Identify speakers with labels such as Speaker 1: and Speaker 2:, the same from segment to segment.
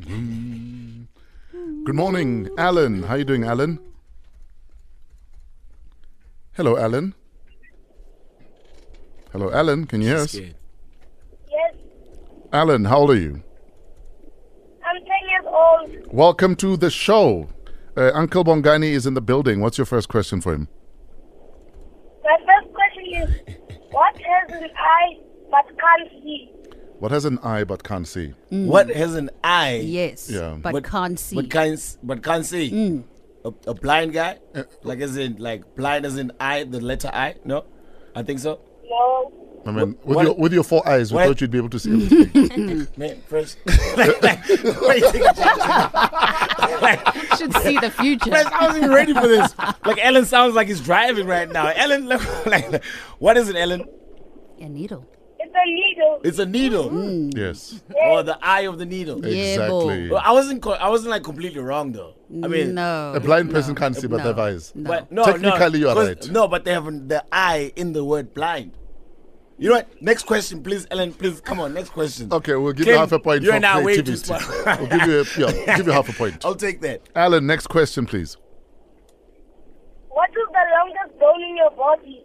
Speaker 1: Good morning, Alan. How you doing, Alan? Hello, Alan. Hello, Alan. Can you hear us?
Speaker 2: Scared.
Speaker 3: Yes,
Speaker 1: Alan, how old are you?
Speaker 3: I'm 10 years old.
Speaker 1: Welcome to the show. Uh, Uncle Bongani is in the building. What's your first question for him?
Speaker 3: My first question is, what has an eye but can't see?
Speaker 1: What has an eye but can't see?
Speaker 2: What has an eye?
Speaker 4: Yes,
Speaker 1: Yeah.
Speaker 4: but
Speaker 2: But-
Speaker 4: can't see.
Speaker 2: But can't s- but can't see. A, a blind guy? Like as in like blind as in I the letter I? No? I think so.
Speaker 3: No.
Speaker 1: I mean,
Speaker 2: Wh-
Speaker 1: with,
Speaker 2: what-
Speaker 1: your, with your four eyes, we
Speaker 2: what-
Speaker 1: thought you'd be able to see everything.
Speaker 2: Man, first like, like, what do you think? Like,
Speaker 4: Should see the future.
Speaker 2: Press, I wasn't even ready for this. Like Ellen sounds like he's driving right now. Ellen, like, like, what is it, Ellen?
Speaker 4: A needle.
Speaker 3: It's a needle.
Speaker 2: It's a needle
Speaker 1: Mm. yes.
Speaker 2: or the eye of the needle.
Speaker 4: Yeah,
Speaker 1: Exactly.
Speaker 2: Well, I wasn't. Co- I wasn't like completely wrong though. I mean,
Speaker 4: no.
Speaker 1: A blind person
Speaker 4: no,
Speaker 1: can't see, but
Speaker 4: no,
Speaker 1: they have eyes.
Speaker 4: no.
Speaker 2: But no,
Speaker 1: Technically,
Speaker 2: no,
Speaker 1: you are
Speaker 2: 'cause-
Speaker 1: right.
Speaker 2: No, but they have the eye in the word blind. You know what? Next question, please, Ellen. Please come on. Next question.
Speaker 1: Okay, we'll give you
Speaker 2: Ken,
Speaker 1: half a point
Speaker 2: You're
Speaker 1: for
Speaker 2: now way too
Speaker 1: creativity.
Speaker 2: smart.
Speaker 1: we'll give you, a, yeah, we'll give you half a point.
Speaker 2: I'll take that.
Speaker 1: Alan, next question, please.
Speaker 3: What is the longest bone in your body?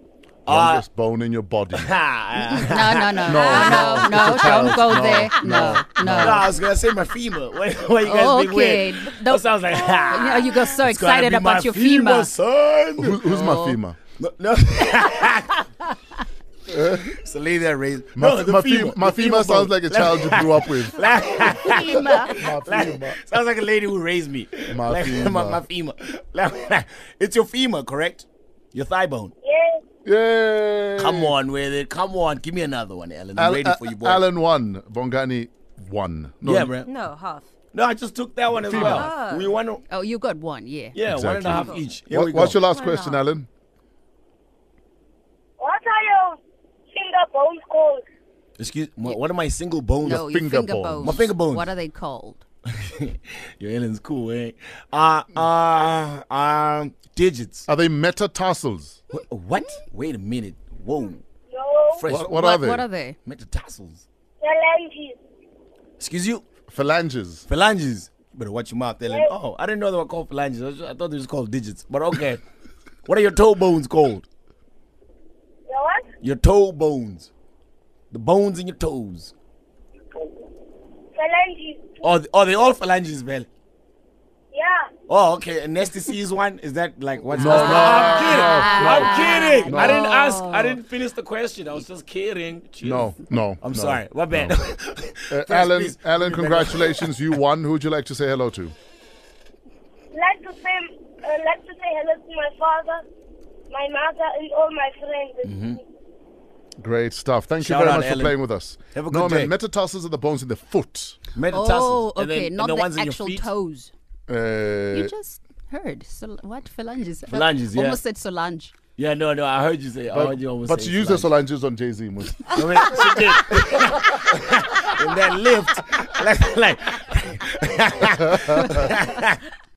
Speaker 2: Uh,
Speaker 1: Longest bone in your body.
Speaker 2: ha,
Speaker 4: No, no, no, no, no,
Speaker 1: it's a
Speaker 4: don't
Speaker 1: child.
Speaker 4: go
Speaker 1: No,
Speaker 4: there. No, no.
Speaker 2: no, I was gonna say my femur. Why, why you guys being
Speaker 4: Okay,
Speaker 2: weird?
Speaker 4: don't-
Speaker 2: That sounds like. Ha,
Speaker 4: You know, you got so
Speaker 2: it's gonna
Speaker 4: excited
Speaker 2: be my
Speaker 4: about your femur.
Speaker 2: son.
Speaker 1: Who, who's my femur?
Speaker 2: No, no. it's a lady that raised.
Speaker 1: My,
Speaker 2: no, the
Speaker 1: my,
Speaker 2: femur.
Speaker 1: fem- my
Speaker 2: The
Speaker 1: femur
Speaker 2: bone.
Speaker 1: sounds like a child you grew up with. My femur.
Speaker 2: Sounds like a lady who raised me.
Speaker 1: My
Speaker 2: Like,
Speaker 1: femur.
Speaker 2: my, my femur. Like, it's your femur, correct? Your thigh bone.
Speaker 3: Yes.
Speaker 1: Yay!
Speaker 2: Come on with it. Come on. Give me another one, Alan. I'm
Speaker 1: Al- uh,
Speaker 2: waiting for you, boy.
Speaker 1: Alan won. Bongani won. No,
Speaker 2: yeah, bro.
Speaker 5: No, half.
Speaker 2: No, I just took that one as well.
Speaker 5: Ah.
Speaker 2: We want to.
Speaker 4: Oh, you got one, yeah.
Speaker 2: Yeah, one and
Speaker 1: Exactly.
Speaker 2: a half each. Here
Speaker 1: What-
Speaker 2: we go.
Speaker 1: what's your last
Speaker 5: Why
Speaker 1: question,
Speaker 5: not?
Speaker 1: Alan?
Speaker 3: What are your finger bones called?
Speaker 2: Excuse me. What are my single bones?
Speaker 4: No, your
Speaker 1: finger
Speaker 4: finger
Speaker 1: bones.
Speaker 4: bones.
Speaker 2: My finger bones.
Speaker 4: What are they called?
Speaker 2: Your Ellen's cool, eh? Uh, uh, um, digits.
Speaker 1: Are they metatarsals?
Speaker 2: Wh- What? Wait a minute. Whoa.
Speaker 3: No.
Speaker 2: Fresh.
Speaker 1: What, what, are they?
Speaker 4: What are they?
Speaker 2: Metatarsals.
Speaker 3: Phalanges.
Speaker 2: Excuse you?
Speaker 1: Phalanges.
Speaker 2: Phalanges. You better watch your mouth, Ellen. Oh, I didn't know they were called phalanges. I, just- I thought they were just called digits. But okay. what are your toe bones called?
Speaker 3: The what?
Speaker 2: Your toe bones. The bones in your toes.
Speaker 3: Phalanges.
Speaker 2: Are, are they all phalanges, Belle?
Speaker 3: Yeah.
Speaker 2: Oh, okay. And STC is one? Is that like what's
Speaker 1: No,
Speaker 2: Oh,
Speaker 1: no,
Speaker 2: I'm kidding.
Speaker 1: no,
Speaker 2: I'm kidding.
Speaker 1: no.
Speaker 2: I didn't ask. I didn't finish the question. I was just kidding. Jeez.
Speaker 1: No, no.
Speaker 2: I'm
Speaker 1: no,
Speaker 2: sorry. My bad.
Speaker 1: no. Uh,
Speaker 2: First,
Speaker 1: Alan,
Speaker 2: please.
Speaker 1: Alan, congratulations. You won. Who would you like to say hello to?
Speaker 3: Like to say, uh, like to say hello to my father, my mother, and all my friends.
Speaker 1: Great stuff. Thank
Speaker 2: Shout
Speaker 1: you very
Speaker 2: out,
Speaker 1: much for
Speaker 2: Alan.
Speaker 1: playing with us.
Speaker 2: Have a
Speaker 1: no,
Speaker 2: good
Speaker 1: man,
Speaker 2: day.
Speaker 1: metatarsals are the bones in the foot.
Speaker 2: Metatarsals.
Speaker 4: Oh,
Speaker 2: And then-
Speaker 4: okay,
Speaker 2: and
Speaker 4: not
Speaker 2: the,
Speaker 4: the,
Speaker 2: ones in your
Speaker 4: actual
Speaker 2: feet.
Speaker 4: toes.
Speaker 1: Uh,
Speaker 4: You just heard. Sol- what? Phalanges.
Speaker 2: Phalanges, yeah.
Speaker 4: Almost said Solange.
Speaker 2: Yeah, no, no. I heard you say. I heard you
Speaker 1: but
Speaker 2: almost
Speaker 1: but
Speaker 2: say
Speaker 1: to use the
Speaker 2: phalanges.
Speaker 1: phalanges on Jay Z.
Speaker 2: I mean, she did. In that lift, like, like